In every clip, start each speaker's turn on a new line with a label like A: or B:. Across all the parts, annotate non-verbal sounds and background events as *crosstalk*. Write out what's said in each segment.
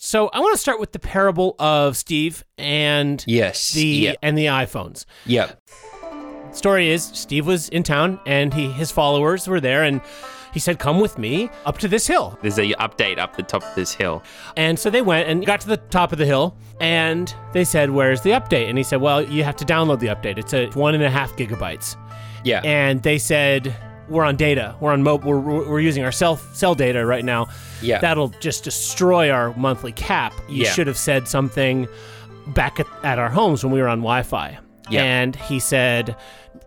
A: So I want to start with the parable of Steve and
B: Yes.
A: the
B: Yep.
A: and the iPhones.
B: Yep.
A: Story is Steve was in town and he his followers were there and he said, "Come with me up to this hill."
C: There's a update up the top of this hill.
A: And so they went and got to the top of the hill and they said, Where's the update? And he said, Well, you have to download the update. It's a one and a half gigabytes.
B: Yeah.
A: And they said, We're on data. We're on mob. We're, we're we're using our cell, cell data right now.
B: Yeah.
A: That'll just destroy our monthly cap. You
B: Yeah.
A: should have said something back at, at our homes when we were on Wi Fi.
B: Yeah.
A: And he said,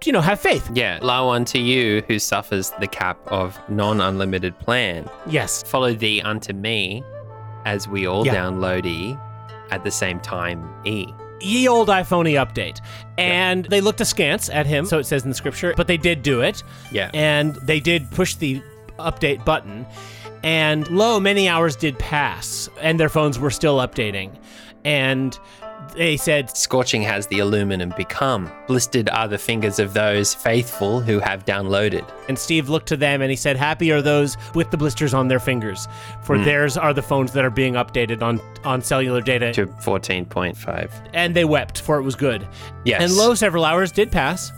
A: You know, have faith.
C: Yeah, low unto you who suffers the cap of non unlimited plan.
A: Yes.
C: Follow thee unto me as we all
A: Yeah.
C: download E at the same time E.
A: ye old iPhoney update. And they looked askance at him, so it says in the scripture, but they did do it.
C: Yeah.
A: And they did push the update button. And lo, many hours did pass, and their phones were still updating. And they said,
C: Scorching has the aluminum become. Blistered are the fingers of those faithful who have downloaded.
A: and Steve looked to them and he said, Happy are those with the blisters on their fingers, for theirs are the phones that are being updated on, on cellular data.
C: to 14.5.
A: and they wept, for it was good.
C: Yes.
A: And lo, several hours did pass,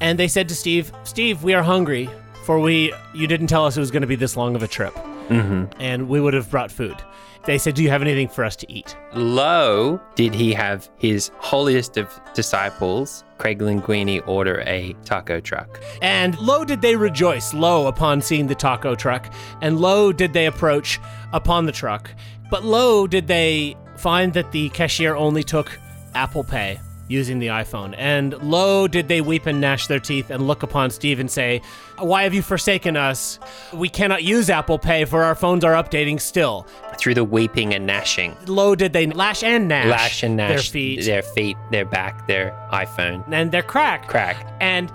A: and they said to Steve, "Steve, we are hungry, for we you didn't tell us it was going to be this long of a trip, mm-hmm. and we would have brought food." They said, "Do you have anything for us to eat?"
C: Lo, did he have his holiest of disciples, Craig Linguini, order a taco truck.
A: And lo, did they rejoice, lo, upon seeing the taco truck, and lo, did they approach upon the truck, but lo, did they find that the cashier only took Apple Pay using the iPhone, and lo, did they weep and gnash their teeth and look upon Steve and say, Why have you forsaken us? We cannot use Apple Pay, for our phones are updating still.
C: Through the weeping and gnashing,
A: Lo, did they lash and gnash,
C: lash and gnash
A: their feet
C: their feet, their back, their iPhone.
A: and their crack.
C: Crack.
A: And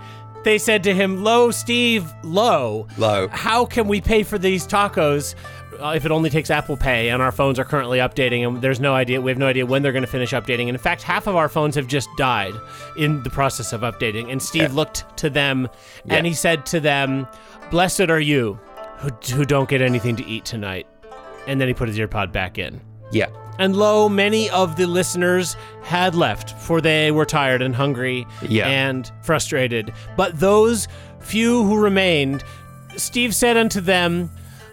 A: they said to him, Lo, Steve, lo.
C: Lo.
A: how can we pay for these tacos uh, if it only takes Apple Pay and our phones are currently updating and there's no idea we have no idea when they're going to finish updating and in fact half of our phones have just died in the process of updating and Steve looked to them and he said to them blessed are you who, who don't get anything to eat tonight and then he put his earpod back in
C: Yeah.
A: and lo, many of the listeners had left, for they were tired and hungry
C: Yeah.
A: and frustrated. But those few who remained, Steve said unto them,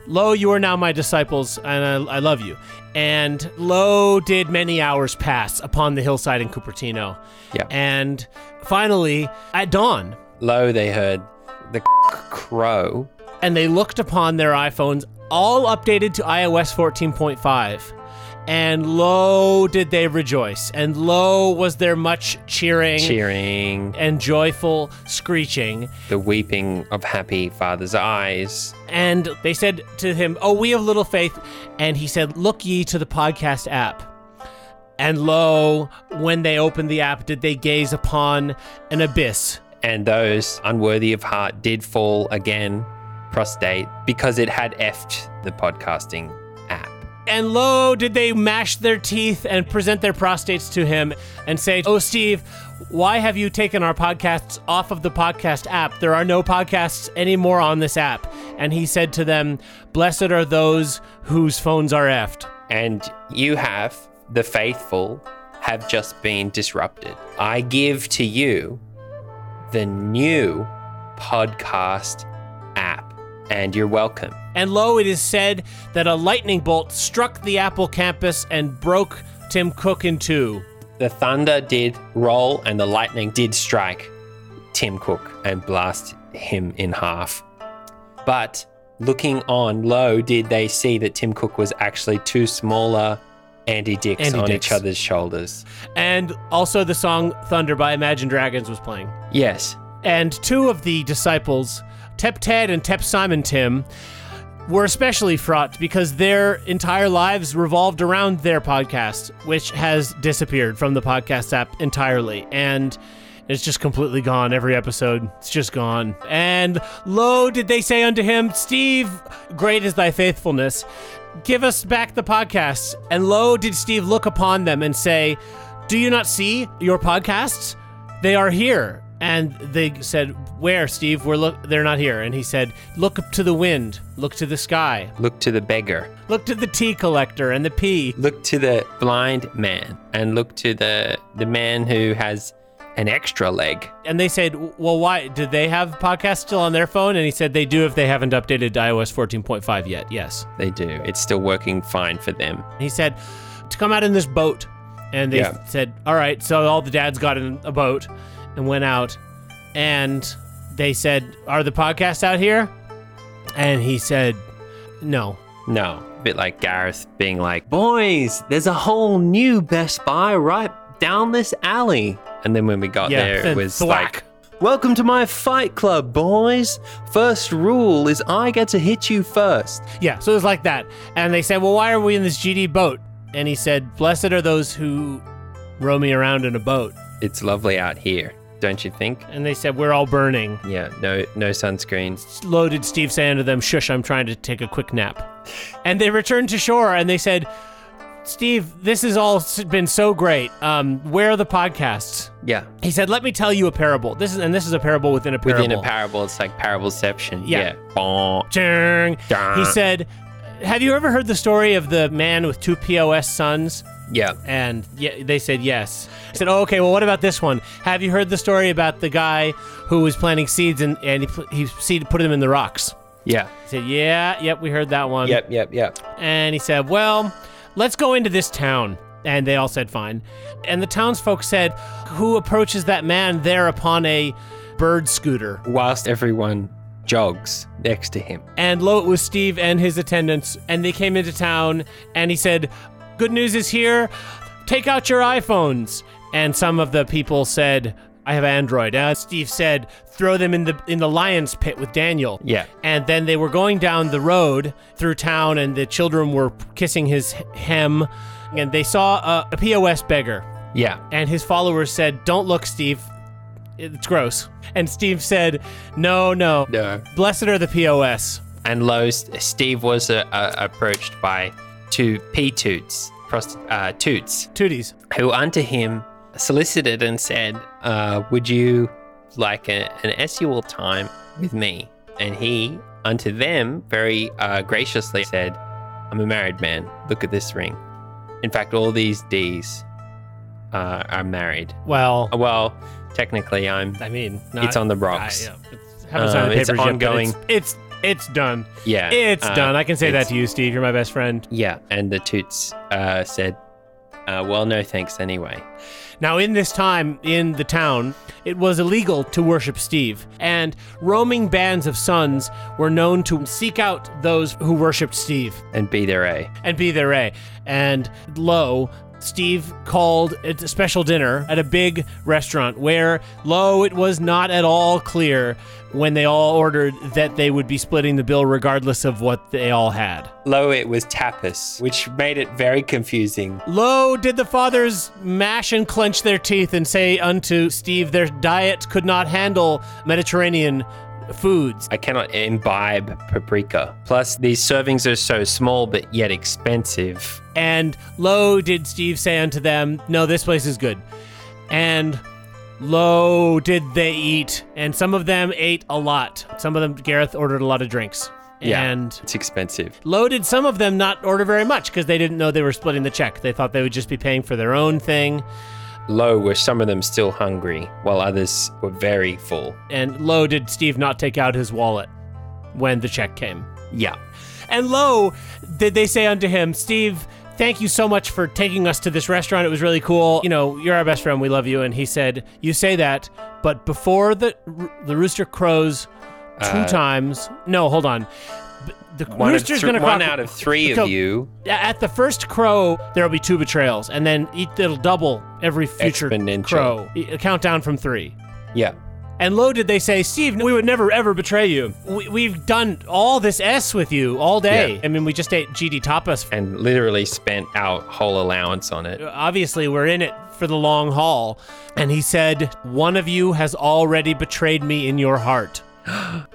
A: Lo, you are now my disciples, and I, I love you. And lo, did many hours pass upon the hillside in Cupertino.
C: Yeah.
A: And finally, at dawn,
C: Lo, they heard the crow.
A: and they looked upon their iPhones, all updated to iOS 14.5. And lo, did they rejoice, and lo, was there much cheering
C: Cheering,
A: and joyful screeching.
C: the weeping of happy father's eyes.
A: And they said to him, Oh, we of little faith. And he said, Look ye to the podcast app. And lo, when they opened the app, did they gaze upon an abyss
C: and those unworthy of heart did fall again prostate because it had effed the podcasting app.
A: And lo, did they mash their teeth and present their prostates to him and say, Oh, Steve, why have you taken our podcasts off of the podcast app? There are no podcasts anymore on this app. And he said to them, Blessed are those whose phones are effed.
C: And you have, the faithful, have just been disrupted. I give to you the new podcast app, and you're welcome.
A: And lo, it is said that a lightning bolt struck the Apple campus and broke Tim Cook in two.
C: The thunder did roll, and the lightning did strike Tim Cook and blast him in half. But looking on, lo, did they see that Tim Cook was actually two smaller Andy Dicks
A: Andy
C: on
A: Dicks.
C: each other's shoulders.
A: And also, the song Thunder by Imagine Dragons was playing.
C: Yes.
A: and two of the disciples, Tep Ted and Tep Simon Tim, were especially fraught because their entire lives revolved around their podcast, which has disappeared from the podcast app entirely. And it's just completely gone. Every episode, it's just gone. And lo, did they say unto him, Steve, great is thy faithfulness. Give us back the podcasts. And lo, did Steve look upon them and say, Do you not see your podcasts? They are here. And they said, "Where, Steve? We're look. They're not here." And he said, "Look up to the wind. Look to the sky.
C: Look to the beggar.
A: Look to the tea collector and the pea."
C: Look to the blind man. And look to the the man who has an extra leg.
A: And they said, "Well, why did they have podcasts still on their phone?" And he said, "They do if they haven't updated to iOS 14.5 yet. Yes."
C: They do. It's still working fine for them.
A: He said, to come out in this boat. And they
C: Yeah.
A: said, all right. So all the dads got in a boat and went out. And they said, are the podcasts out here? And he said, no.
C: No. A bit like Gareth being like, Boys, there's a whole new Best Buy right down this alley. And then when we got
A: Yeah,
C: there,
A: then
C: it was
A: thwack.
C: like, Welcome to my fight club, boys. First rule is I get to hit you first.
A: Yeah. So it was like that. And they said, well, why are we in this GD boat? And he said, blessed are those who row me around in a boat.
C: It's lovely out here, don't you think?
A: And they said, we're all burning.
C: Yeah, no no sunscreen.
A: loaded Steve saying to them, Shush, I'm trying to take a quick nap. And they returned to shore and they said, Steve, this has all s- been so great. Um, where are the podcasts?
C: Yeah.
A: He said, Let me tell you a parable. This is and this is a parable within a parable.
C: Within a parable, it's like parableception.
A: Yeah.
C: Yeah. Bon.
A: Dang.
C: Dang.
A: He said, Have you ever heard the story of the man with two POS sons?
C: Yeah.
A: And yeah, they said yes. I said, oh, okay, well, what about this one? Have you heard the story about the guy who was planting seeds and, and he, pl- he seed, put them in the rocks?
C: Yeah.
A: He said, yeah, yep, we heard that one.
C: Yep, yep, yep.
A: and he said, Well, let's go into this town. And they all said, Fine. And the townsfolk said, Who approaches that man there upon a bird scooter?
C: Whilst everyone jogs next to him.
A: And lo, it was Steve and his attendants. And they came into town, and he said, Good news is here. Take out your iPhones. And some of the people said, I have Android. And Steve said, Throw them in the in the lion's pit with Daniel.
C: Yeah.
A: And then they were going down the road through town, and the children were kissing his h- hem. And they saw a, a POS beggar,
C: Yeah.
A: and his followers said, Don't look, Steve. It's gross. And Steve said, No, no.
C: No.
A: Blessed are the POS.
C: and lo, S- Steve was uh, uh, approached by two pea toots, prost- uh, toots,
A: Tooties.
C: who unto him solicited and said, uh, Would you like a, an essual time with me? And he unto them very uh, graciously said, I'm a married man. Look at this ring. In fact, all these D's uh, are married.
A: Well,
C: Uh, Well, technically, I'm.
A: I mean,
C: It's on the rocks.
A: I, yeah, it's, haven't signed the
C: Um,
A: papers
C: it's
A: yet, but
C: ongoing.
A: It's, it's it's done.
C: Yeah.
A: It's
C: uh,
A: done. I can say that
C: it's-
A: to you, Steve. You're my best friend.
C: Yeah, and the Toots uh, said, uh, "Well, no thanks anyway."
A: Now, in this time in the town, it was illegal to worship Steve, and roaming bands of sons were known to seek out those who worshiped Steve
C: And be their A.
A: and be their A. And lo, Steve called at a special dinner at a big restaurant where, lo, it was not at all clear when they all ordered that they would be splitting the bill regardless of what they all had.
C: Lo, it was tapas, which made it very confusing.
A: Lo, did the fathers mash and clench their teeth and say unto Steve, their diet could not handle Mediterranean foods.
C: I cannot imbibe paprika. Plus, these servings are so small but yet expensive.
A: And lo, did Steve say unto them, No, this place is good. And lo, did they eat. And some of them ate a lot. Some of them, Gareth ordered a lot of drinks.
C: Yeah,
A: And
C: it's expensive.
A: lo, did some of them not order very much because they didn't know they were splitting the check. They thought they would just be paying for their own thing.
C: Lo, were some of them still hungry, while others were very full.
A: And lo, did Steve not take out his wallet when the check came.
C: Yeah.
A: And lo, did they say unto him, Steve, thank you so much for taking us to this restaurant. It was really cool. You know, you're our best friend. We love you. And he said, You say that, but before the the rooster crows two times. No, hold on. B- The
C: Uh, One, of
A: rooster's
C: thr-
A: going to crow.
C: one out of three
A: So-
C: of you
A: At the first crow, there'll be two betrayals, and then eat, it'll double every future
C: Exponential.
A: crow. E- Countdown from three.
C: Yeah.
A: And lo, did they say, Steve, we would never ever betray you. We, we've done all this S with you all day.
C: Yeah.
A: I mean, we just ate GD Tapas.
C: And literally spent our whole allowance on it.
A: Obviously, we're in it for the long haul. And he said, One of you has already betrayed me in your heart.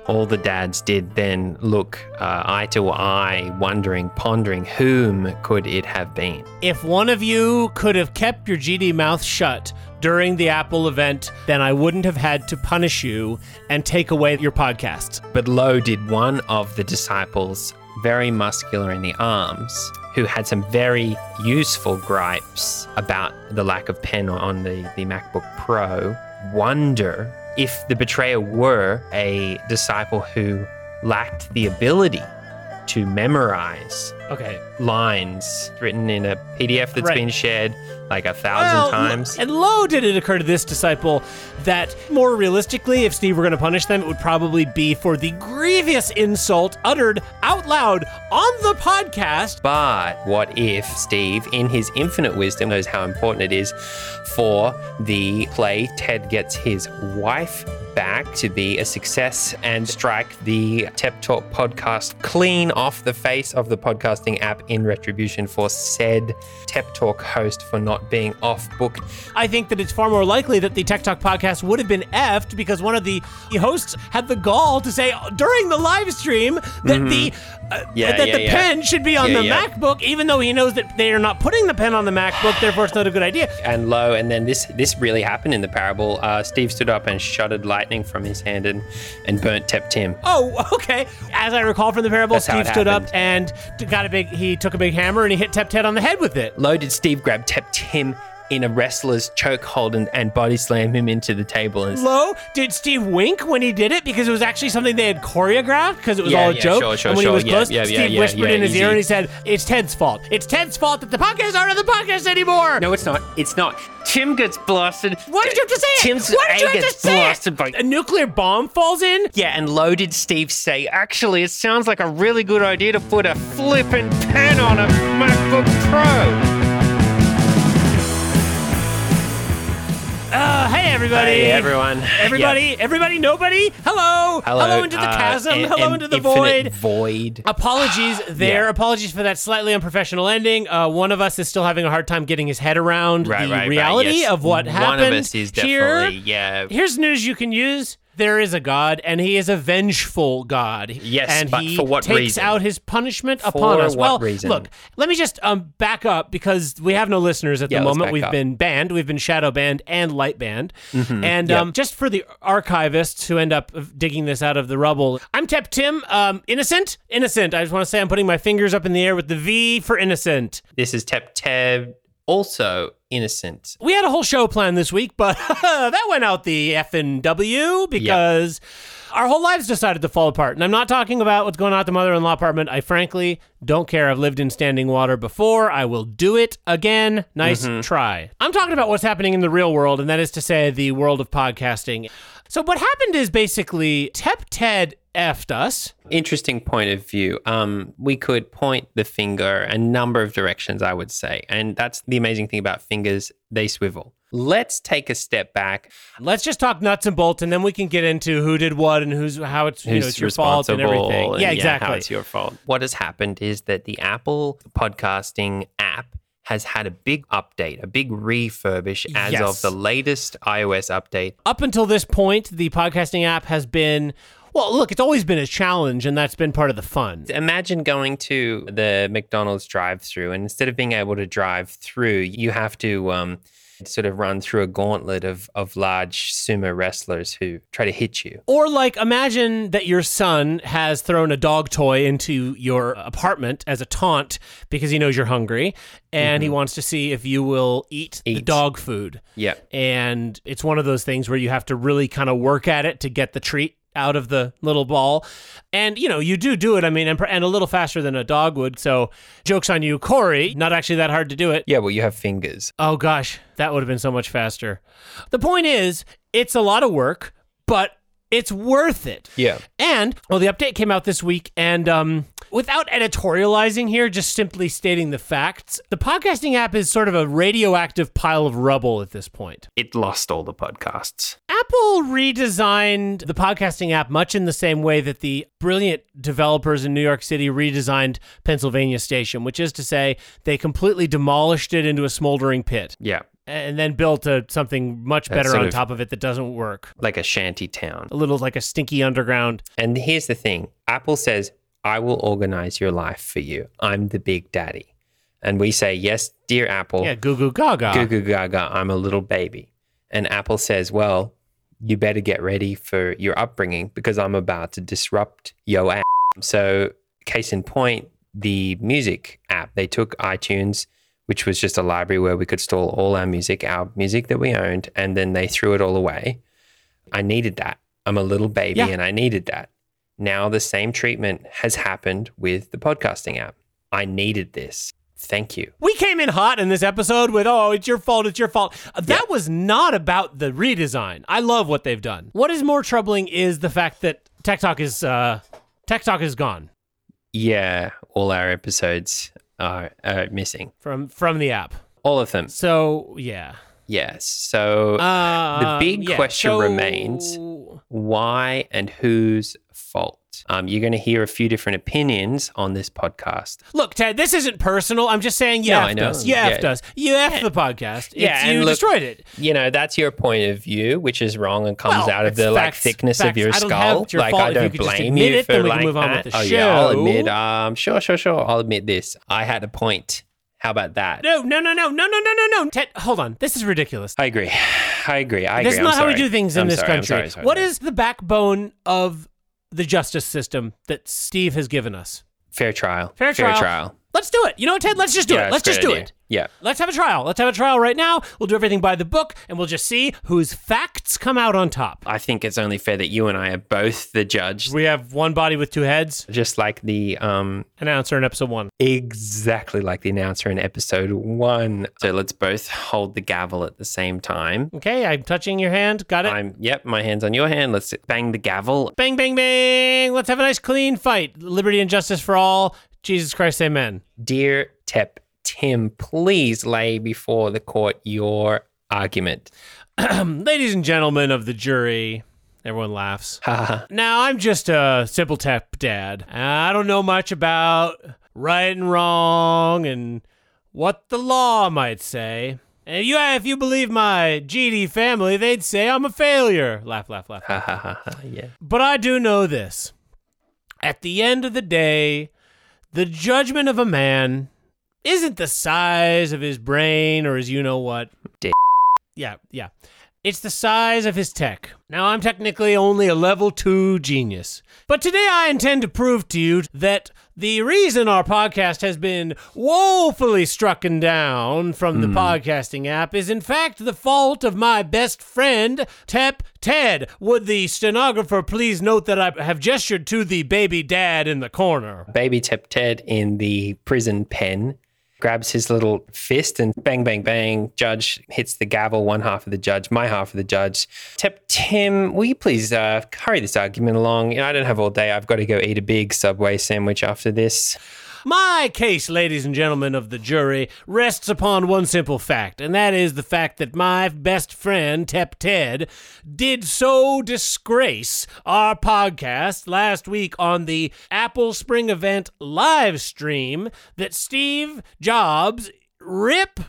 C: All the dads did then look uh, eye to eye, wondering, pondering, whom could it have been?
A: If one of you could have kept your GD mouth shut, during the Apple event, then I wouldn't have had to punish you and take away your podcast.
C: But Lo did one of the disciples very muscular in the arms, who had some very useful gripes about the lack of pen on the, the MacBook Pro, wonder if the betrayer were a disciple who lacked the ability to memorize
A: Okay.
C: lines written in a PDF that's
A: Right.
C: been shared like a thousand times.
A: And low did it occur to this disciple that more realistically, if Steve were going to punish them, it would probably be for the grievous insult uttered out loud on the podcast.
C: But what if Steve, in his infinite wisdom, knows how important it is for the play? Ted gets his wife back to be a success and strike the Tep Talk podcast clean off the face of the podcasting app in retribution for said Tep Talk host for not being off book.
A: I think that it's far more likely that the Tech Talk podcast would have been effed because one of the hosts had the gall to say during the live stream that the uh,
C: Mm-hmm. Yeah,
A: that
C: yeah,
A: the
C: yeah.
A: pen should be on
C: Yeah,
A: the
C: yeah.
A: MacBook, even though he knows that they are not putting the pen on the MacBook. Therefore, it's not a good idea.
C: And lo, and then this this really happened in the parable. Uh, Steve stood up and shuddered lightning from his hand and, and burnt Tep Tim.
A: Oh, *laughs* okay. As I recall from the parable,
C: That's how
A: Steve
C: it
A: stood up
C: happened.
A: and t- got a big. He took a big hammer and he hit Tep Ted on the head with it.
C: Low did Steve grab Tep Tim in a wrestler's chokehold and, and body slam him into the table. And
A: Low, did Steve wink when he did it because it was actually something they had choreographed because it was
C: Yeah,
A: all a
C: yeah,
A: joke.
C: sure, sure,
A: and when
C: sure.
A: he was
C: Yeah,
A: close,
C: yeah, yeah,
A: Steve
C: yeah,
A: whispered
C: yeah,
A: in his
C: easy.
A: ear and he said, "It's Ted's fault. It's Ted's fault that the podcasts aren't on the podcast anymore."
C: no, it's not. It's not. Tim gets blasted.
A: Why did you have to say
C: Tim's
A: it? Why did you have
C: gets
A: to say
C: blasted
A: it?
C: by.
A: A nuclear bomb falls in.
C: Yeah, and low did Steve say, actually, it sounds like a really good idea to put a flippin' pen on a MacBook Pro.
A: Uh, hey everybody.
C: Hey, everyone.
A: Everybody, everybody, nobody. Hello.
C: Hello,
A: into the
C: uh,
A: chasm.
C: in-
A: Hello
C: in-
A: into the void.
C: infinite Void.
A: Apologies there.
C: Ah, Yeah.
A: Apologies for that slightly unprofessional ending. Uh, one of us is still having a hard time getting his head around
C: Right,
A: the
C: right, right,
A: reality
C: yes.
A: of what happened.
C: One of us is definitely,
A: here.
C: yeah.
A: Here's news you can use. There is a god, and he is a vengeful god.
C: Yes,
A: and
C: but
A: he
C: for what
A: takes
C: reason?
A: out his punishment upon us.
C: what
A: well,
C: reason?
A: look, let me just um, back up because we have no listeners at
C: Yeah,
A: the
C: let's
A: moment.
C: back
A: We've
C: up. Mm-hmm.
A: been banned. We've been shadow banned and light banned. And
C: yep.
A: um, just for the archivists who end up uh, digging this out of the rubble, I'm Tep Tim. Um, innocent, innocent. I just want to say I'm putting my fingers up in the air with the V for innocent.
C: This is Tep Tev, also innocent.
A: We had a whole show planned this week, but *laughs* that went out the F and W because our whole lives decided to fall apart. And I'm not talking about what's going on at the mother in law apartment. I frankly don't care. I've lived in standing water before. I will do it again. Nice
C: Mm-hmm.
A: try. I'm talking about what's happening in the real world, and that is to say, the world of podcasting. So, what happened is basically Tep Ted effed us.
C: interesting point of view. Um, we could point the finger a number of directions, I would say. And that's the amazing thing about fingers, they swivel. Let's take a step back.
A: Let's just talk nuts and bolts, and then we can get into who did what and who's how it's, you know,
C: Who's
A: it's your fault and
C: responsible
A: everything. yeah,
C: and,
A: exactly.
C: how it's your fault. What has happened is that the Apple podcasting app has had a big update, a big refurbish as
A: Yes.
C: of the latest iOS update.
A: up until this point, the podcasting app has been, well, look, it's always been a challenge, and that's been part of the fun.
C: Imagine going to the McDonald's drive through, and instead of being able to drive through, you have to um, sort of run through a gauntlet of, of large sumo wrestlers who try to hit you.
A: Or, like, imagine that your son has thrown a dog toy into your apartment as a taunt because he knows you're hungry and he wants to see if you will eat, the
C: Eat.
A: dog food.
C: Yeah.
A: And it's one of those things where you have to really kind of work at it to get the treat out of the little ball. And, you know, you do do it, I mean, and, and a little faster than a dog would. So, joke's on you, Corey. Not actually that hard to do it.
C: Yeah, well, you have fingers.
A: Oh gosh, that would have been so much faster. The point is, it's a lot of work, but it's worth it.
C: Yeah.
A: And well, the update came out this week, and um, without editorializing here, just simply stating the facts, the podcasting app is sort of a radioactive pile of rubble at this point.
C: It lost all the podcasts.
A: Apple redesigned the podcasting app much in the same way that the brilliant developers in New York City redesigned Pennsylvania Station, which is to say, they completely demolished it into a smoldering pit
C: Yeah.
A: and then built a, something much
C: That's
A: better
C: sort
A: on
C: of-
A: top of it that doesn't work.
C: Like a shanty town.
A: A little like a stinky underground.
C: And here's the thing Apple says, I will organize your life for you. I'm the big daddy. And we say, Yes, dear Apple.
A: Yeah, goo goo gaga.
C: Goo goo gaga, I'm a little baby. And Apple says, Well, you better get ready for your upbringing because I'm about to disrupt yo ass. So, case in point, the music app, they took iTunes, which was just a library where we could store all our music, our music that we owned, and then they threw it all away. I needed that. I'm a little baby
A: Yeah.
C: and I needed that. Now, the same treatment has happened with the podcasting app. I needed this. Thank you.
A: We came in hot in this episode with, oh, it's your fault, it's your fault. Uh, That was not about the redesign. I love what they've done. What is more troubling is the fact that Tech Talk is, uh, Tech Talk is gone
C: Yeah, all our episodes are, are missing.
A: from, from the app.
C: All of them.
A: So, yeah.
C: Yes. So
A: Uh,
C: big
A: yeah,
C: question
A: so-
C: remains- why and whose fault? Um, you're going to hear a few different opinions on this podcast.
A: Look, Ted, this isn't personal. I'm just saying you
C: No, I
A: effed
C: know.
A: us. You
C: Yeah.
A: effed us. You effed the podcast.
C: Yeah,
A: It's-
C: and
A: you
C: look-
A: destroyed it.
C: You know, that's your point of view, which is wrong and comes
A: Well,
C: out of
A: it's
C: the like
A: facts,
C: thickness
A: facts.
C: of your
A: I don't
C: skull.
A: have- it's your
C: like
A: fault.
C: I
A: If you
C: don't
A: could just
C: blame
A: admit
C: you
A: it,
C: for
A: then we can
C: like
A: move on
C: that.
A: with the
C: oh yeah, I'll
A: show.
C: admit. Um, sure, sure, sure. I'll admit this. I had a point. How about that?
A: No, no, no, no, no, no, no, no, no. Ted, hold on. This is ridiculous.
C: I agree. *sighs* I agree. I agree.
A: This is not
C: I'm
A: how we
C: sorry.
A: do things in
C: I'm
A: this
C: sorry, I'm
A: country. What
C: sorry,
A: is
C: sorry, sorry.
A: the backbone of the justice system that Steve has given us?
C: fair trial?
A: Fair trial. Let's do it. You know what, Ted? Let's just do
C: Yeah,
A: it.
C: it's
A: Let's
C: a great
A: just do
C: idea.
A: it.
C: Yeah.
A: Let's have a trial. Let's have a trial right now. We'll do everything by the book, and we'll just see whose facts come out on top.
C: I think it's only fair that you and I are both the judge,
A: We have one body with two heads,
C: just like the um,
A: an answer in episode one.
C: exactly like the announcer in episode one. So let's both hold the gavel at the same time.
A: Okay, I'm touching your hand. Got it.
C: I'm, yep, my hand's on your hand. Let's bang the gavel.
A: bang, bang, bang. Let's have a nice clean fight. Liberty and justice for all. Jesus Christ, amen.
C: Dear Tep Tim, please lay before the court your argument.
A: Ladies and gentlemen of the jury, everyone laughs.
C: Haha.
A: Now, I'm just a simple tap dad. I don't know much about right and wrong and what the law might say. And if you, if you believe my GD family, they'd say I'm a failure. Laugh, laugh, laugh.
C: Ha ha ha ha. Yeah.
A: But I do know this. At the end of the day, the judgment of a man isn't the size of his brain or his you know what.
C: D-
A: Yeah, yeah. It's the size of his tech. Now, I'm technically only a level two genius. But today I intend to prove to you that the reason our podcast has been woefully struck and down from the podcasting app is, in fact, the fault of my best friend, Tep Ted. Would the stenographer please note that I have gestured to the baby dad in the corner?
C: Baby Tep Ted in the prison pen grabs his little fist and bang, bang, bang. Judge hits the gavel, one half of the judge, my half of the judge. Tep Tim, will you please uh, hurry this argument along? You know, I don't have all day. I've got to go eat a big Subway sandwich after this.
A: My case, ladies and gentlemen of the jury, rests upon one simple fact, and that is the fact that my best friend, Tep Ted, did so disgrace our podcast last week on the Apple Spring Event live stream that Steve Jobs, rip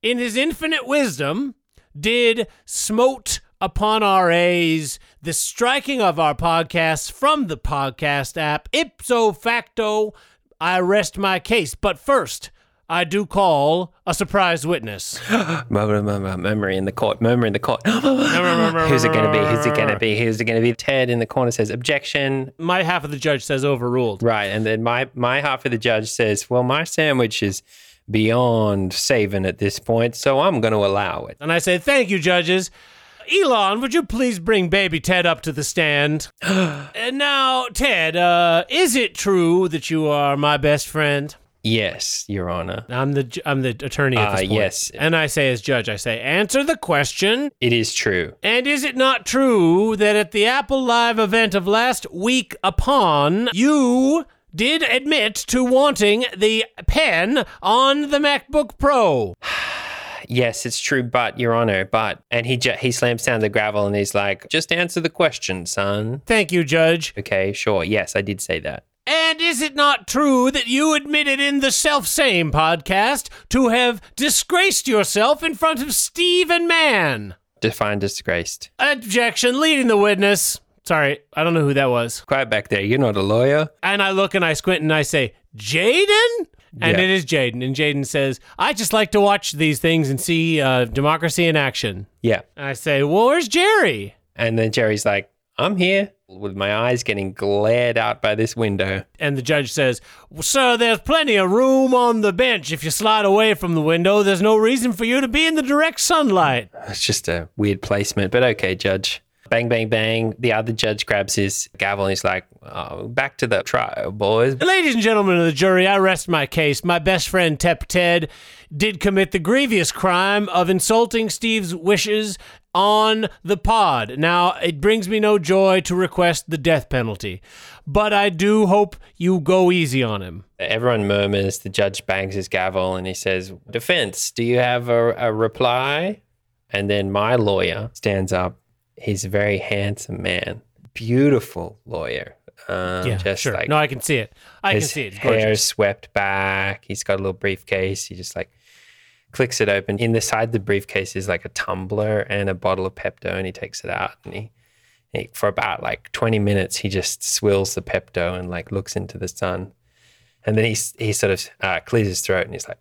A: in his infinite wisdom, did smote upon our A's the striking of our podcasts from the podcast app. Ipso facto, I rest my case. But first, I do call a surprise witness.
C: Murmur, murmur, murmur in the court, murmur in the court. Who's it going to be? Who's it going to be? Who's it going to be? Ted in the corner says, objection.
A: My half of the judge says overruled.
C: Right. And then my, my half of the judge says, well, my sandwich is beyond saving at this point, so I'm going to allow it.
A: And I say, thank you, judges. Elon, would you please bring baby Ted up to the stand? and now, Ted, uh, is it true that you are my best friend?
C: Yes, Your Honor.
A: I'm the ju- I'm the attorney at
C: Ah,
A: this point.
C: yes.
A: and I say as judge, I say answer the question.
C: It is true.
A: And is it not true that at the Apple Live event of last week, upon you did admit to wanting the pen on the MacBook Pro?
C: Yes, it's true, but Your Honor, but and he ju- he slams down the gravel and he's like, "Just answer the question, son."
A: Thank you, judge.
C: Okay, sure. Yes, I did say that.
A: And is it not true that you admitted in the selfsame podcast to have disgraced yourself in front of Steve and Mann?
C: Define disgraced.
A: Objection, leading the witness. Sorry, I don't know who that was.
C: Quiet back there. You're not a lawyer.
A: And I look and I squint and I say, Jaden? And
C: Yeah.
A: it is Jaden. And Jaden says, I just like to watch these things and see uh, democracy in action.
C: Yeah.
A: And I say, Well, where's Jerry?
C: And then Jerry's like, I'm here with my eyes getting glared out by this window.
A: And the judge says, well, Sir, there's plenty of room on the bench. If you slide away from the window, there's no reason for you to be in the direct sunlight.
C: It's just a weird placement, but okay, judge. Bang, bang, bang. The other judge grabs his gavel and he's like, oh, back to the trial, boys.
A: Ladies and gentlemen of the jury, I rest my case. My best friend, Tep Ted, did commit the grievous crime of insulting Steve's wishes on the pod. Now, it brings me no joy to request the death penalty, but I do hope you go easy on him.
C: Everyone murmurs. The judge bangs his gavel and he says, Defense, do you have a, a reply? And then my lawyer stands up. He's a very handsome man, beautiful lawyer. Um,
A: yeah,
C: just
A: sure.
C: like
A: no, I can see it. I can
C: his
A: see it. It's
C: hair
A: gorgeous.
C: is swept back. He's got a little briefcase. He just like clicks it open. In the side of the briefcase is like a tumbler and a bottle of Pepto, and he takes it out and he, he for about like twenty minutes he just swills the Pepto and like looks into the sun, and then he s- he sort of uh, clears his throat and he's like,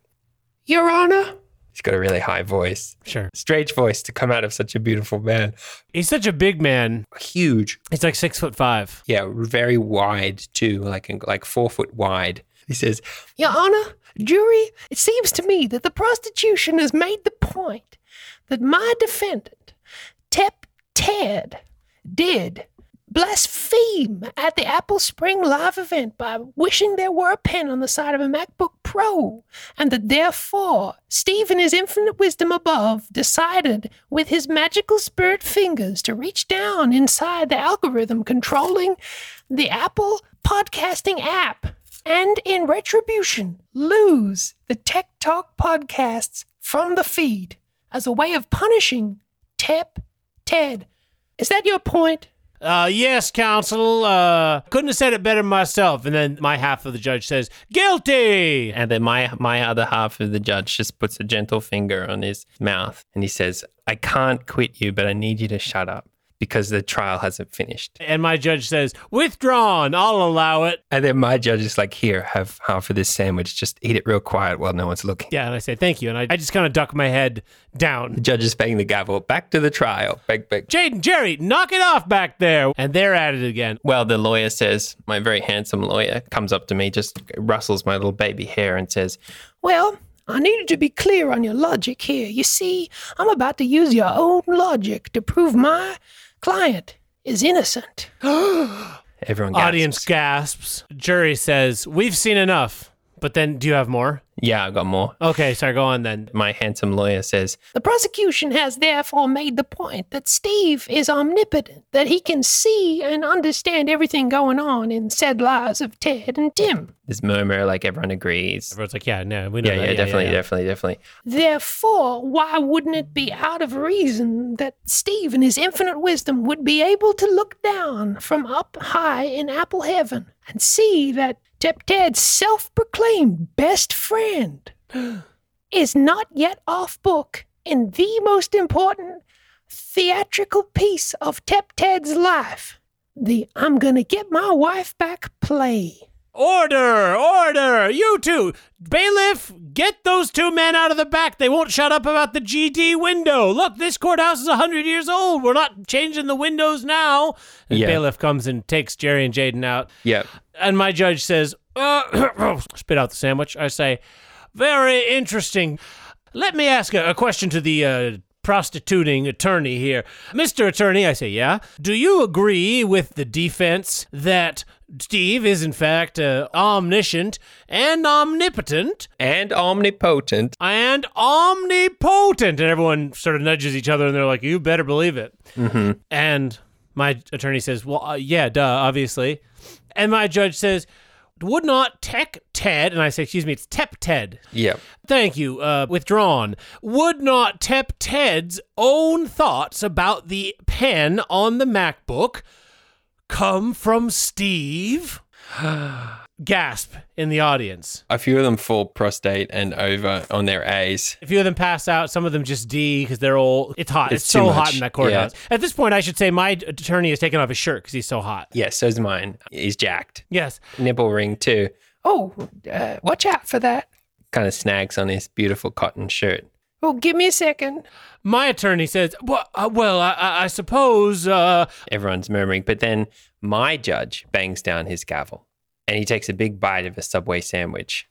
C: "Your Honor." He's got a really high voice,
A: Sure.
C: strange voice to come out of such a beautiful man.
A: He's such a big man.
C: Huge,
A: He's like six foot five.
C: yeah, very wide too, like like four foot wide. He says, "Your Honor, jury, it seems to me that the prostitution has made the point that my defendant, Tep Ted, did blaspheme at the Apple Spring Live event by wishing there were a pen on the side of a MacBook Pro, and that therefore Steve, in his infinite wisdom above, decided with his magical spirit fingers to reach down inside the algorithm controlling the Apple podcasting app, and in retribution, lose the Tech Talk podcasts from the feed as a way of punishing Tep Ted. Is that your point?
A: Uh, yes, counsel. Uh, couldn't have said it better myself. And then my half of the judge says, guilty.
C: And then my my other half of the judge just puts a gentle finger on his mouth and he says, "I can't quit you, but I need you to shut up because the trial hasn't finished."
A: And my judge says, withdrawn. I'll allow it.
C: And then my judge is like, "Here, have half of this sandwich. Just eat it real quiet while no one's looking."
A: Yeah, and I say, thank you. And I, I just kind of duck my head down.
C: The judge is banging the gavel. Back to the trial. Bang, bang.
A: Jaden, Jerry, knock it off back there. And they're at it again.
C: Well, the lawyer says, my very handsome lawyer comes up to me, just rustles my little baby hair and says,
B: Well, I needed to be clear on your logic here. You see, I'm about to use your own logic to prove my client is innocent.
C: everyone gasps.
A: Audience gasps. Jury says, we've seen enough. But then, do you have more?
C: Yeah, I got more.
A: Okay, sorry, go on then.
C: My handsome lawyer says,
B: The prosecution has therefore made the point that Steve is omnipotent, that he can see and understand everything going on in said lives of Ted and Tim.
C: this murmur, like everyone agrees.
A: Everyone's like, yeah, no, we know
C: Yeah, yeah,
A: that.
C: definitely, definitely, definitely.
B: Therefore, why wouldn't it be out of reason that Steve, in his infinite wisdom, would be able to look down from up high in Apple Heaven and see that Teptad's self proclaimed best friend *gasps* is not yet off book in the most important theatrical piece of Teptad's life the I'm gonna get my wife back play.
A: Order! Order! You two! Bailiff, get those two men out of the back. They won't shut up about the GD window. Look, this courthouse is 100 years old. We're not changing the windows now. And
C: Yeah.
A: Bailiff comes and takes Jerry and Jaden out.
C: Yeah.
A: And my judge says, uh, *coughs* spit out the sandwich. I say, very interesting. Let me ask a, a question to the uh, prostituting attorney here. Mr. Attorney, I say, yeah. Do you agree with the defense that Steve is, in fact, uh, omniscient and omnipotent
C: And omnipotent.
A: and omnipotent? And everyone sort of nudges each other and they're like, you better believe it. And my attorney says, Well, uh, yeah, duh, obviously. And my judge says, Would not Tech Ted, and I say, Excuse me, it's Tep Ted.
C: Yeah.
A: Thank you, uh, withdrawn. Would not Tep Ted's own thoughts about the pen on the MacBook come from Steve? Gasp in the audience.
C: A few of them fall prostate and over on their A's.
A: A few of them pass out. Some of them just D because they're all. It's hot. It's,
C: It's
A: so
C: too
A: hot
C: much,
A: in that courthouse. At this point, I should say my attorney has taken off his shirt because he's so hot.
C: Yeah, so's mine. He's jacked.
A: Yes.
C: Nipple ring too.
B: Oh, uh, watch out for that.
C: Kind of snags on his beautiful cotton shirt.
B: Oh, give me a second.
A: My attorney says, well, uh, well I- I, I suppose, uh,
C: Everyone's murmuring. But then my judge bangs down his gavel and he takes a big bite of a Subway sandwich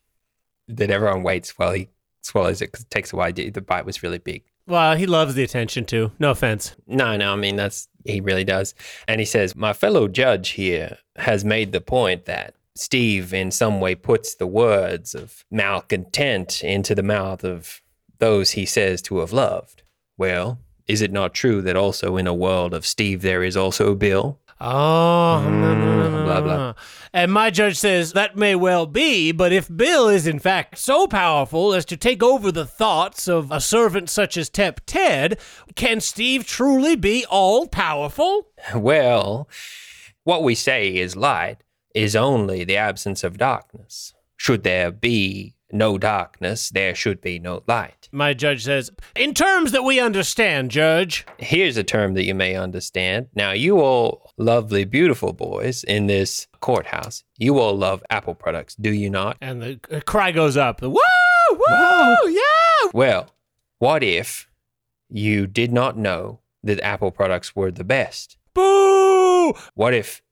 C: that everyone waits while he swallows it because it takes a while. The bite was really big.
A: well, he loves the attention too. No offense.
C: No, no, I mean, that's he really does. And he says, My fellow judge here has made the point that Steve, in some way, puts the words of malcontent into the mouth of those he says to have loved. Well, is it not true that also in a world of Steve there is also Bill?
A: Oh, no, no, no, no,
C: Mm, blah,
A: no,
C: blah.
A: no. And my judge says, that may well be, but if Bill is in fact so powerful as to take over the thoughts of a servant such as Tep Ted, can Steve truly be all powerful?
C: Well, what we say is light is only the absence of darkness. Should there be no darkness, there should be no light.
A: My judge says, in terms that we understand, Judge.
C: here's a term that you may understand. Now, you all lovely, beautiful boys in this courthouse, you all love Apple products, do you not?
A: And the uh, cry goes up. Woo! Woo! Yeah!
C: Well, what if you did not know that Apple products were the best?
A: Boo!
C: What if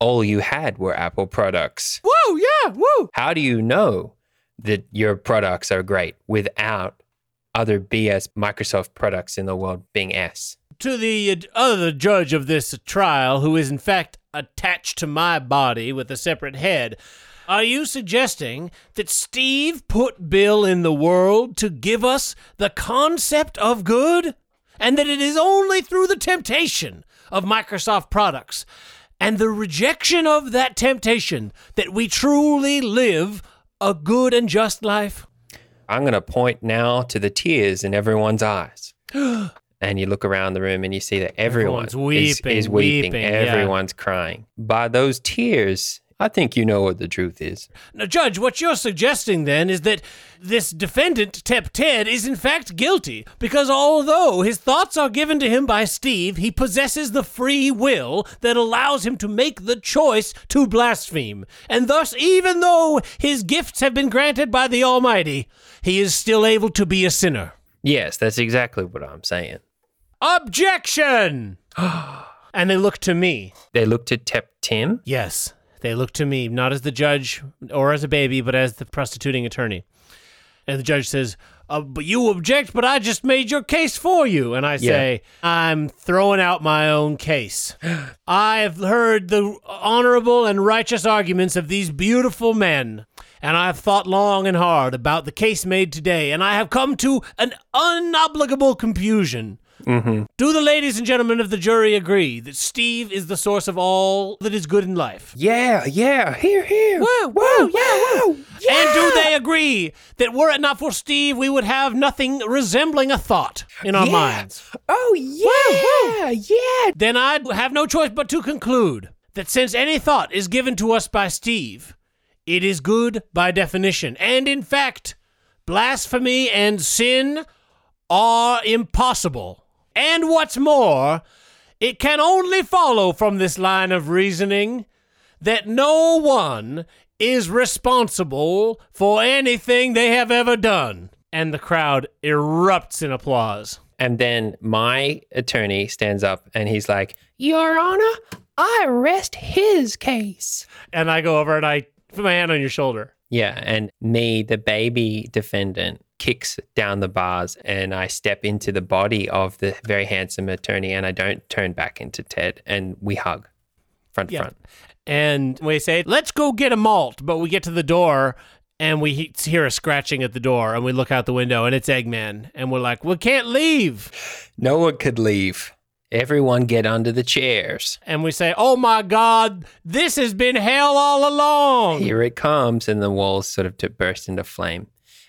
C: all you had were Apple products?
A: Woo! Yeah! Woo!
C: How do you know that your products are great without other BS Microsoft products in the world being S?
A: To the uh, other judge of this trial, who is in fact attached to my body with a separate head, are you suggesting that Steve put Bill in the world to give us the concept of good? And that it is only through the temptation of Microsoft products and the rejection of that temptation that we truly live a good and just life?
C: I'm going to point now to the tears in
A: *gasps*
C: everyone's eyes. and you look around the room and you see that everyone
A: Everyone's
C: is-
A: weeping,
C: is, weeping,
A: weeping, yeah.
C: everyone's crying. By those tears, I think you know what the truth is.
A: Now, Judge, what you're suggesting then is that this defendant, Tep Ted, is in fact guilty because although his thoughts are given to him by Steve, he possesses the free will that allows him to make the choice to blaspheme. And thus, even though his gifts have been granted by the Almighty, he is still able to be a sinner.
C: Yes, that's exactly what I'm saying.
A: Objection! *gasps* and they look to me.
C: They looked at Tep Tim.
A: Yes, they look to me, not as the judge or as a baby, but as the prostituting attorney. And the judge says, uh, But you object, but I just made your case for you. And I say, I'm throwing out my own case. I have heard the honorable and righteous arguments of these beautiful men, and I have thought long and hard about the case made today, and I have come to an unobligable conclusion. Do the ladies and gentlemen of the jury agree that Steve is the source of all that is good in life?
C: Yeah, yeah, here, here.
A: Whoa, whoa, yeah, whoa. And do they agree that were it not for Steve, we would have nothing resembling a thought in our
C: Yeah.
A: minds?
C: Oh, yeah, yeah.
A: Then I have no choice but to conclude that since any thought is given to us by Steve, it is good by definition. And in fact, blasphemy and sin are impossible. And what's more, it can only follow from this line of reasoning that no one is responsible for anything they have ever done. And the crowd erupts in applause.
C: And then my attorney stands up and he's like,
B: Your Honor, I rest his case.
A: and I go over and I put my hand on your shoulder.
C: Yeah, and me, the baby defendant, kicks down the bars, and I step into the body of the very handsome attorney, and I don't turn back into Ted, and we hug, front to
A: Yeah.
C: front.
A: And we say, let's go get a malt. But we get to the door and we he- hear a scratching at the door and we look out the window and it's Eggman. And we're like, we can't leave.
C: No one could leave. Everyone get under the chairs.
A: And we say, oh my God, this has been hell all along.
C: Here it comes, and the walls sort of to burst into flame.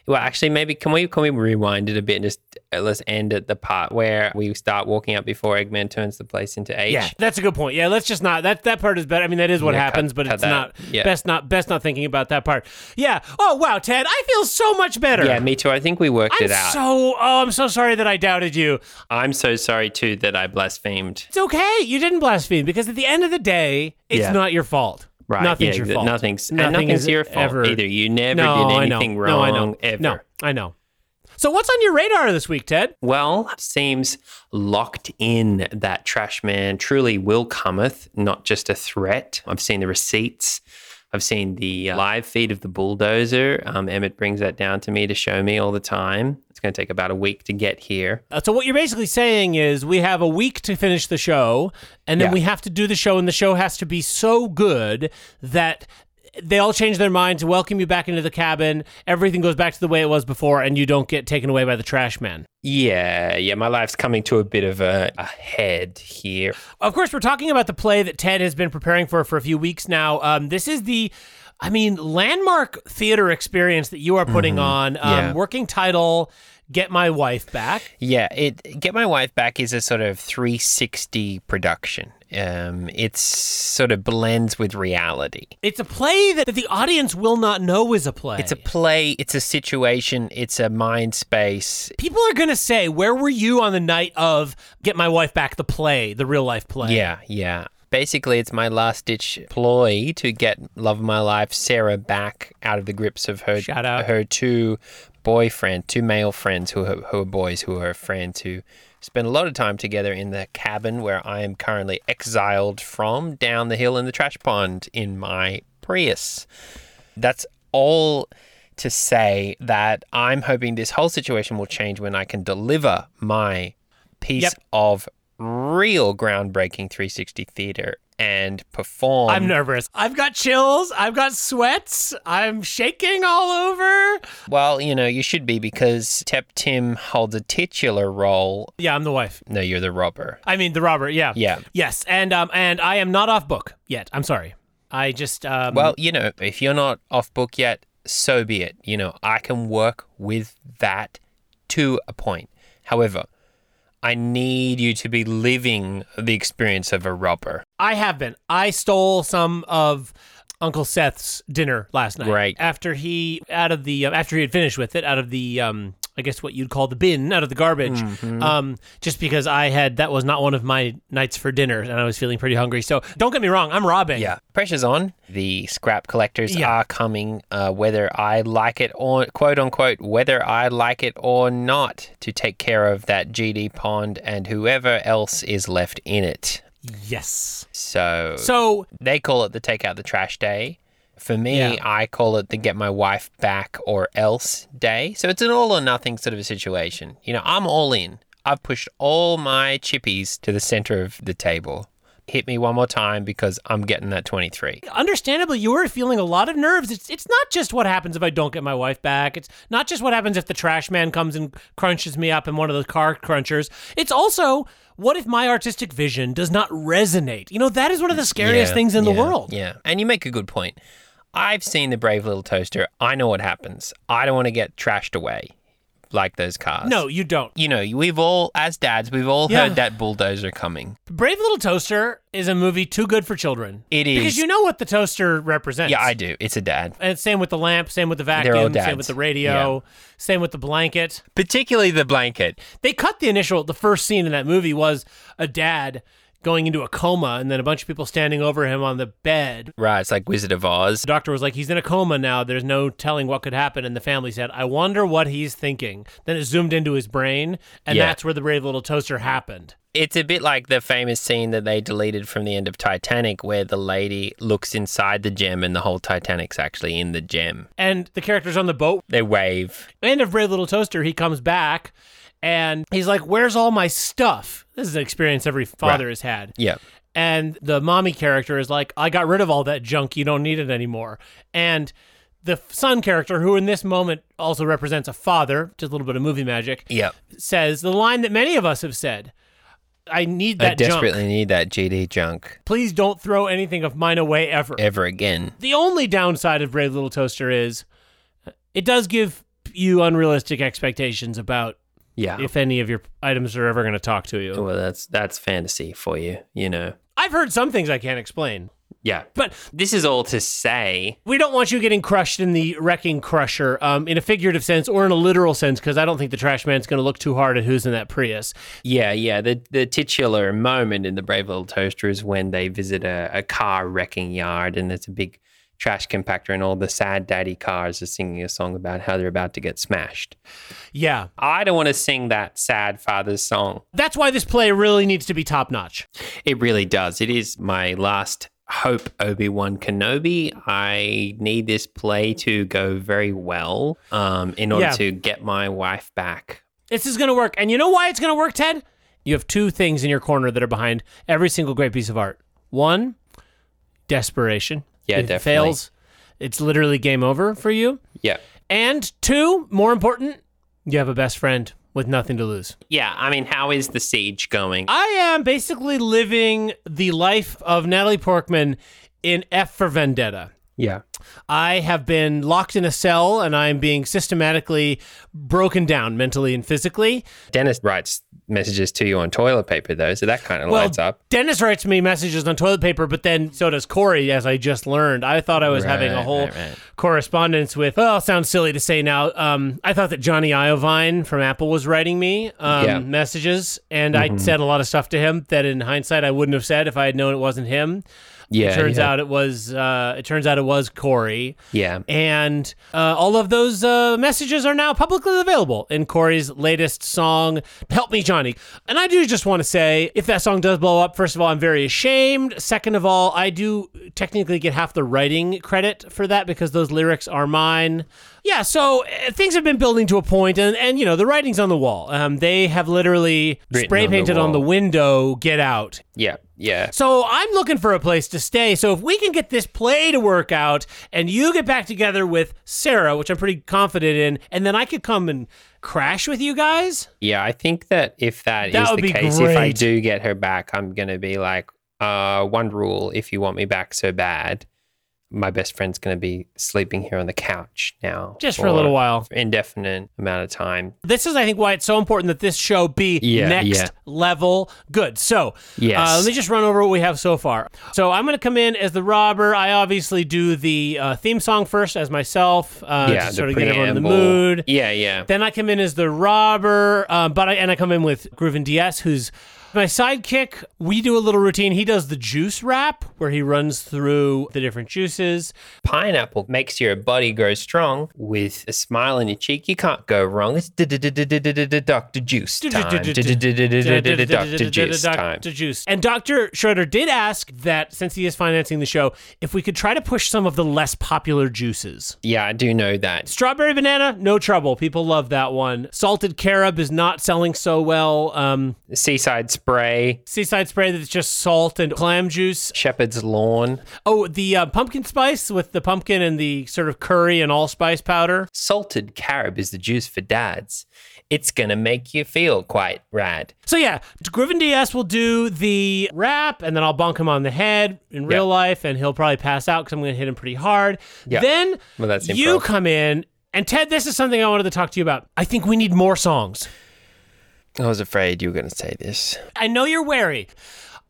C: Well, actually, maybe can we can we rewind it a bit and just uh, let's end at the part where we start walking up before Eggman turns the place into H.
A: Yeah, that's a good point. Yeah, let's just not that that part is better. I mean, that is what
C: Yeah, cut-
A: happens, but
C: cut
A: it's
C: that.
A: not
C: Yeah.
A: best not best not thinking about that part. Yeah. Oh wow, Ted, I feel so much better.
C: Yeah, me too. I think we worked
A: I'm
C: it out.
A: so oh, I'm so sorry that I doubted you.
C: I'm so sorry too that I blasphemed.
A: It's okay. You didn't blaspheme because at the end of the day, it's
C: Yeah.
A: not your fault.
C: Right.
A: Nothing's
C: yeah,
A: your
C: th-
A: fault.
C: Nothing's, and
A: Nothing
C: nothing's
A: is
C: your fault
A: ever-
C: either. You never
A: no,
C: did
A: I know.
C: anything
A: no,
C: wrong
A: I know.
C: ever.
A: No, I know. So what's on your radar this week, Ted?
C: Well, seems locked in that trash man truly will cometh, not just a threat. I've seen the receipts. I've seen the uh, live feed of the bulldozer. Um, Emmett brings that down to me to show me all the time. It's going to take about a week to get here.
A: Uh, so what you're basically saying is we have a week to finish the show, and then
C: Yeah.
A: we have to do the show, and the show has to be so good that they all change their minds, welcome you back into the cabin, everything goes back to the way it was before, and you don't get taken away by the trash man.
C: Yeah, yeah, my life's coming to a bit of a, a head here.
A: Of course, we're talking about the play that Ted has been preparing for for a few weeks now. Um, this is the, I mean, landmark theater experience that you are putting on. Um,
C: Mm-hmm. Yeah.
A: Working title, Get My Wife Back.
C: Yeah, it Get My Wife Back is a sort of 360 production. Um, it's sort of blends with reality.
A: It's a play that, that the audience will not know is a play.
C: It's a play, it's a situation, it's a mind space.
A: People are going to say, Where were you on the night of Get My Wife Back, the play, the real life play?
C: Yeah, yeah. Basically, it's my last ditch ploy to get Love of My Life Sarah back out of the grips of her
A: Shout out.
C: her two boyfriend, two male friends who are, who are boys who are friends who spend a lot of time together in the cabin where I am currently exiled from down the hill in the trash pond in my Prius. That's all to say that I'm hoping this whole situation will change when I can deliver my piece
A: Yep.
C: of real groundbreaking 360 theater and perform.
A: I'm nervous. I've got chills. I've got sweats. I'm shaking all over.
C: well, you know, you should be because Tep Tim holds a titular role.
A: Yeah, I'm the wife.
C: No, you're the robber.
A: I mean, the robber. Yeah.
C: Yeah.
A: Yes, and um, and I am not off book yet. I'm sorry. I just um,
C: Well, you know, if you're not off book yet, so be it. You know, I can work with that to a point. However, I need you to be living the experience of a robber.
A: I have been. I stole some of Uncle Seth's dinner last night.
C: Right.
A: after he out of the uh, after he had finished with it out of the um. I guess what you'd call the bin out of the garbage,
C: Mm-hmm.
A: um, just because I had that was not one of my nights for dinner, and I was feeling pretty hungry. So don't get me wrong, I'm robbing.
C: Yeah. Pressure's on. The scrap collectors
A: Yeah.
C: are coming, uh, whether I like it or, quote unquote, whether I like it or not, to take care of that GD pond and whoever else is left in it.
A: Yes.
C: So,
A: So
C: they call it the take out the trash day. For me,
A: Yeah.
C: I call it the get my wife back or else day. So it's an all or nothing sort of a situation. You know, I'm all in. I've pushed all my chippies to the center of the table. Hit me one more time because I'm getting that 23.
A: understandably you were feeling a lot of nerves it's it's not just what happens if i don't get my wife back it's not just what happens if the trash man comes and crunches me up in one of the car crunchers it's also what if my artistic vision does not resonate you know that is one of the scariest
C: Yeah,
A: things in the
C: yeah,
A: world
C: Yeah. And you make a good point. I've seen the brave little toaster. I know what happens. I don't want to get trashed away like those cars.
A: no you don't
C: You know, we've all, as dads, we've all
A: Yeah.
C: heard that bulldozer coming.
A: brave little toaster is a movie too good for children
C: It is.
A: because you know what the toaster represents
C: Yeah, I do. It's a dad.
A: and same with the lamp same with the
C: all
A: vacuum same
C: dads.
A: with the radio same with the blanket
C: particularly the blanket.
A: they cut the initial the first scene in that movie was a dad going into a coma and then a bunch of people standing over him on the bed
C: Right, it's like Wizard of Oz.
A: the doctor was like he's in a coma now there's no telling what could happen and the family said i wonder what he's thinking then it zoomed into his brain and
C: Yeah.
A: that's where the brave little toaster happened
C: It's a bit like the famous scene that they deleted from the end of Titanic where the lady looks inside the gem and the whole Titanic's actually in the gem.
A: and the characters on the boat
C: They wave.
A: and of brave little toaster he comes back and he's like where's all my stuff this is an experience every father has had
C: Yeah.
A: and the mommy character is like i got rid of all that junk you don't need it anymore and the son character who in this moment also represents a father just a little bit of movie magic
C: Yeah.
A: says the line that many of us have said i need
C: I
A: that
C: desperately
A: junk
C: need that GD junk
A: please don't throw anything of mine away ever
C: ever again.
A: the only downside of brave little toaster is it does give you unrealistic expectations about
C: Yeah.
A: if any of your items are ever going to talk to you
C: well, that's that's fantasy for you, you know.
A: i've heard some things i can't explain
C: Yeah.
A: But
C: This is all to say,
A: we don't want you getting crushed in the wrecking crusher um, in a figurative sense or in a literal sense because I don't think the trash man's going to look too hard at who's in that Prius.
C: yeah, yeah, the, the titular moment in the Brave Little Toaster is when they visit a, a car wrecking yard and there's a big trash compactor and all the sad daddy cars are singing a song about how they're about to get smashed.
A: Yeah.
C: I don't want to sing that sad father's song.
A: That's why this play really needs to be top notch.
C: It really does. It is my last hope, Obi Wan Kenobi. I need this play to go very well um, in order
A: Yeah.
C: to get my wife back.
A: This is going to work. And you know why it's going to work, Ted? You have two things in your corner that are behind every single great piece of art. One, desperation.
C: Yeah,
A: if it
C: definitely.
A: fails, it's literally game over for you.
C: Yeah.
A: And two, more important, you have a best friend with nothing to lose.
C: Yeah. I mean, how is the siege going?
A: I am basically living the life of Natalie Portman in F for Vendetta.
C: Yeah.
A: I have been locked in a cell and I'm being systematically broken down mentally and physically.
C: Dennis writes messages to you on toilet paper, though. So that kind of lights up.
A: Dennis writes me messages on toilet paper, but then so does Corey, as I just learned. I thought I was having a
C: Right,
A: whole
C: right, right.
A: correspondence with, well, it sounds silly to say now. Um, I thought that Johnny Iovine from Apple was writing me um,
C: Yeah. Mm-hmm.
A: messages, and I said a lot of stuff to him that in hindsight I wouldn't have said if I had known it wasn't him.
C: Yeah.
A: It turns
C: yeah.
A: out it was. Uh, it turns out it was Corey.
C: Yeah.
A: And uh, all of those uh, messages are now publicly available in Corey's latest song, Help Me Johnny. And I do just want to say if that song does blow up, first of all, I'm very ashamed. Second of all, I do technically get half the writing credit for that because those lyrics are mine. Yeah, so uh, things have been building to a point, and, and you know, the writing's on the wall. Um, they have literally
C: Written
A: spray
C: on the
A: painted on
C: wall.
A: the window, get out.
C: Yeah. Yeah.
A: So I'm looking for a place to stay. So if we can get this play to work out and you get back together with Sarah, which I'm pretty confident in, and then I could come and crash with you guys.
C: Yeah, I think that if that is
A: That would
C: the
A: be
C: case, if I
A: great.
C: do get her back, I'm gonna be like, uh, one rule: if you want me back so bad, my best friend's gonna be sleeping here on the couch now,
A: Just for a little while.
C: indefinite amount of time.
A: This is, I think, why it's so important that this show be
C: Yeah,
A: next
C: yeah.
A: level good. So
C: Yes.
A: uh, let me just run over what we have so far. So I'm going to come in as the robber. I obviously do the uh, theme song first as myself uh,
C: yeah,
A: to
C: the
A: sort of get everyone in the
C: preamble.
A: mood.
C: Yeah, yeah,
A: Then I come in as the robber, um, but I, and I come in with Groovin DS, who's my sidekick. We do a little routine. He does the juice wrap, where he runs through the different juices.
C: pineapple makes your body grow strong with a smile on your cheek. You can't go wrong. It's Doctor Juice time. Doctor Juice time.
A: Dr. Juice. And Dr. Schroeder did ask that since he is financing the show, if we could try to push some of the less popular juices.
C: Yeah, I do know that.
A: Strawberry banana, no trouble. People love that one. Salted carob is not selling so well. Um,
C: Seaside spray,
A: seaside spray that's just salt and clam juice.
C: shepherd's lawn.
A: Oh, the uh, pumpkin spice with the pumpkin and the sort of curry and allspice powder.
C: Salted carob is the juice for dads. It's gonna make you feel quite rad.
A: So yeah, Griffin DS will do the wrap, and then I'll bonk him on the head in real
C: Yeah.
A: life, and he'll probably pass out because I'm going to hit him pretty hard.
C: Yeah.
A: Then
C: Well, that's
A: you
C: improv.
A: come in, and Ted, this is something I wanted to talk to you about. I think we need more songs.
C: I was afraid you were gonna say this.
A: I know you're wary.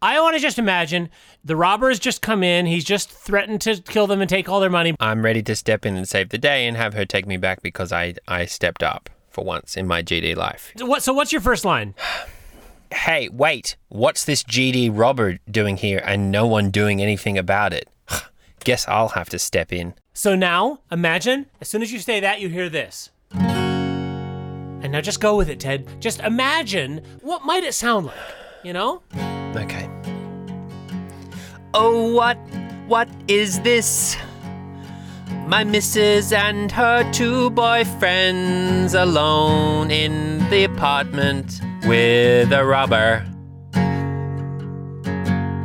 A: I want to just imagine the robber has just come in. He's just threatened to kill them and take all their money.
C: I'm ready to step in and save the day and have her take me back because I, I stepped up for once in my GD life.
A: So What? So what's your first line?
C: Hey, wait, what's this GD robber doing here and no one doing anything about it? *sighs* Guess I'll have to step in.
A: So now, imagine, as soon as you say that, you hear this. And now just go with it, Ted. Just imagine what might it sound like, you know?
C: Okay. Oh, what? What is this? My missus and her two boyfriends alone in the apartment with a robber.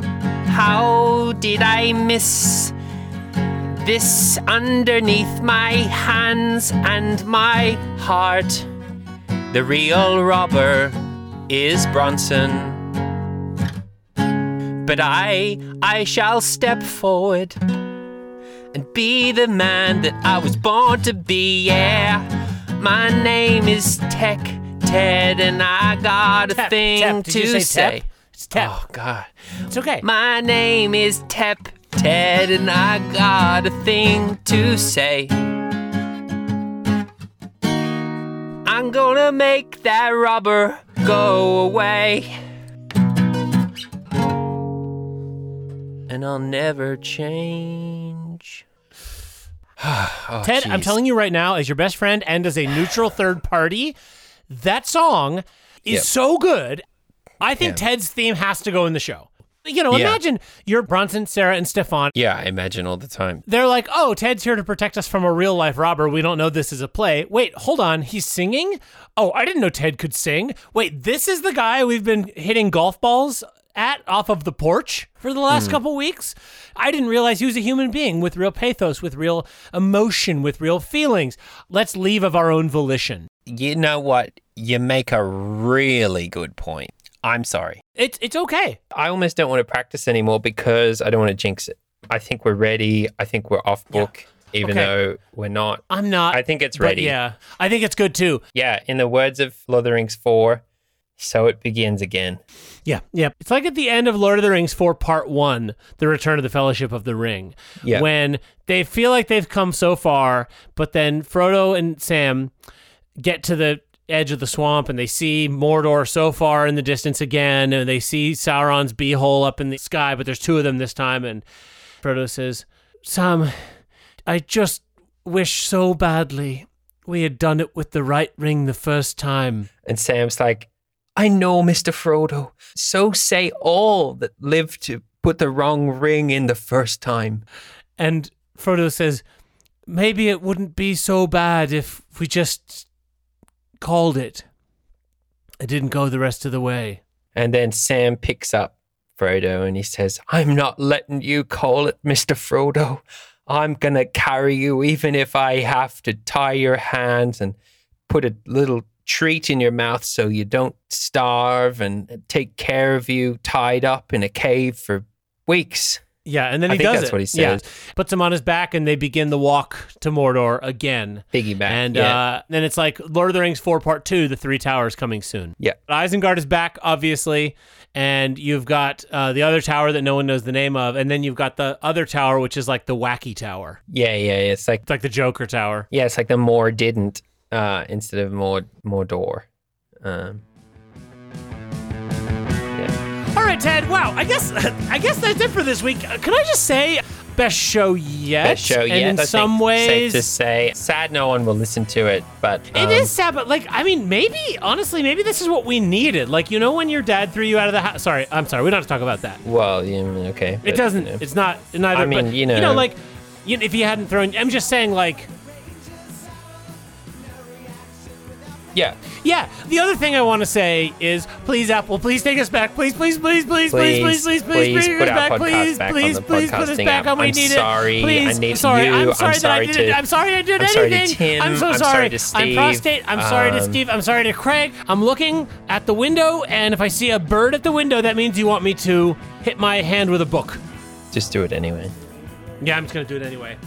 C: How did I miss this underneath my hands and my heart? The real robber is Bronson but I, I shall step forward and be the man that I was born to be. Yeah, my name is Tech Ted, and I got a
A: Tap,
C: thing
A: tap. Did
C: to
A: you say,
C: say.
A: Tap? It's tap.
C: Oh God,
A: It's okay.
C: my name is Tep Ted and I got a thing to say. I'm gonna make that rubber go away. And I'll never change. *sighs* Oh,
A: Ted, I'm
C: jeez.
A: telling you right now, as your best friend and as a neutral third party, that song is
C: Yep.
A: so good. I think
C: Yeah.
A: Ted's theme has to go in the show. You know,
C: Yeah.
A: imagine you're Bronson, Sarah, and Stefan.
C: Yeah, I imagine all the time.
A: They're like, oh, Ted's here to protect us from a real life robber. We don't know this is a play. Wait, hold on. He's singing? Oh, I didn't know Ted could sing. Wait, this is the guy we've been hitting golf balls at off of the porch for the last
C: Hmm.
A: couple weeks? I didn't realize he was a human being with real pathos, with real emotion, with real feelings. Let's leave of our own volition.
C: You know what? You make a really good point. I'm sorry.
A: It's, it's okay.
C: I almost don't want to practice anymore because I don't want to jinx it. I think we're ready. I think we're off book, even
A: Okay.
C: though we're not.
A: I'm not.
C: I think it's
A: but
C: ready.
A: yeah, I think it's good too.
C: Yeah, In the words of Lord of the Rings 4, so it begins again.
A: Yeah, yeah. It's like at the end of Lord of the Rings 4 Part 1, The Return of the Fellowship of the Ring.
C: Yeah.
A: When they feel like they've come so far, but then Frodo and Sam get to the edge of the swamp and they see Mordor so far in the distance again, and they see Sauron's beehole up in the sky, but there's two of them this time, and Frodo says, Sam, I just wish so badly we had done it with the right ring the first time.
C: And Sam's like, I know, Mr. Frodo. So say all that live to put the wrong ring in the first time.
A: And Frodo says, Maybe it wouldn't be so bad if we just called it. I didn't go the rest of the way.
C: And then Sam picks up Frodo and he says, I'm not letting you call it, Mr. Frodo. I'm going to carry you, even if I have to tie your hands and put a little treat in your mouth so you don't starve and take care of you tied up in a cave for weeks.
A: Yeah, and then
C: I
A: he
C: think
A: does
C: that's
A: it.
C: what he says.
A: Yeah. Puts him on his back and they begin the walk to Mordor again.
C: Piggyback.
A: And
C: yeah.
A: uh, then it's like Lord of the Rings 4 Part 2, The Three Towers coming soon.
C: Yeah.
A: Isengard is back, obviously. And you've got uh, the other tower that no one knows the name of. And then you've got the other tower, which is like the wacky tower.
C: yeah, yeah, yeah. It's like,
A: It's like the Joker tower.
C: yeah, it's like the more didn't uh, instead of more, more door. Um,
A: All right, Ted. Wow. I guess *laughs* I guess that's it for this week. Uh, Can I just say, best show yet?
C: best show
A: and
C: yet. I
A: In
C: think
A: some
C: safe
A: ways,
C: to say, sad no one will listen to it, but
A: it
C: um,
A: is sad. But like, I mean, maybe honestly, maybe this is what we needed. Like, you know, when your dad threw you out of the house. Sorry, I'm sorry. We don't have to talk about that.
C: Well, yeah, mm, okay.
A: It
C: but,
A: doesn't.
C: you know.
A: It's not. Neither.
C: I mean,
A: but,
C: you know.
A: like, you know, if he hadn't thrown, I'm just saying, like,
C: yeah,
A: yeah. The other thing I want to say is, please, Apple, please take us back. Please, please, please, please, please, please, please, please,
C: please
A: bring
C: put
A: us
C: our
A: back.
C: podcast
A: Please,
C: back on
A: please,
C: the
A: please, put us
C: podcasting
A: back
C: app.
A: on. We
C: I'm
A: need
C: sorry.
A: it. Please,
C: I need
A: sorry.
C: you.
A: I'm
C: I'm
A: sorry
C: sorry
A: that I did.
C: to-
A: I'm sorry I did
C: I'm sorry to
A: anything.
C: Tim.
A: I'm so
C: I'm
A: sorry.
C: sorry to
A: I'm
C: Steve.
A: prostate. I'm sorry to
C: Um,
A: Steve. I'm sorry to Craig. I'm looking at the window, and if I see a bird at the window, that means you want me to hit my hand with a book.
C: just do it anyway.
A: Yeah, I'm just gonna do it anyway.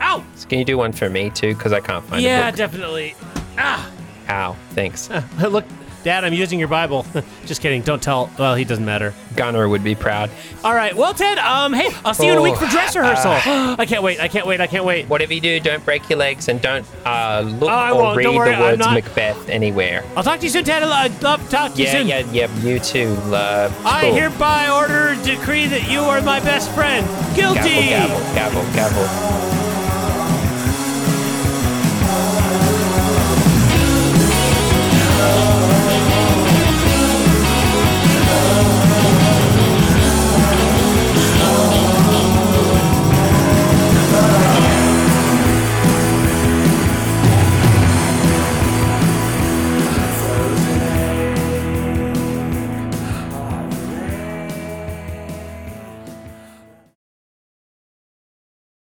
A: Ow!
C: So can you do one for me too? Because I can't find
A: Yeah,
C: a book.
A: definitely. *laughs* Ah.
C: Ow, thanks. Ah,
A: Look, Dad, I'm using your Bible. *laughs* Just kidding. Don't tell. Well, he doesn't matter.
C: Gunnar would be proud.
A: All right. Well, Ted. Um. Hey, I'll see you in a week
C: Oh,
A: for dress
C: *sighs*
A: rehearsal. I can't wait. I can't wait. I can't wait.
C: Whatever you do, don't break your legs and don't uh, look
A: Oh, I
C: or
A: won't.
C: read
A: Don't worry,
C: the
A: I'm
C: words
A: not-
C: Macbeth anywhere.
A: I'll talk to you soon, Ted. I love talk to you
C: Yeah,
A: soon.
C: yeah, yeah. You too. Uh,
A: I
C: cool.
A: hereby order decree that you are my best friend. Guilty.
C: Gavel, gavel, gavel, gavel.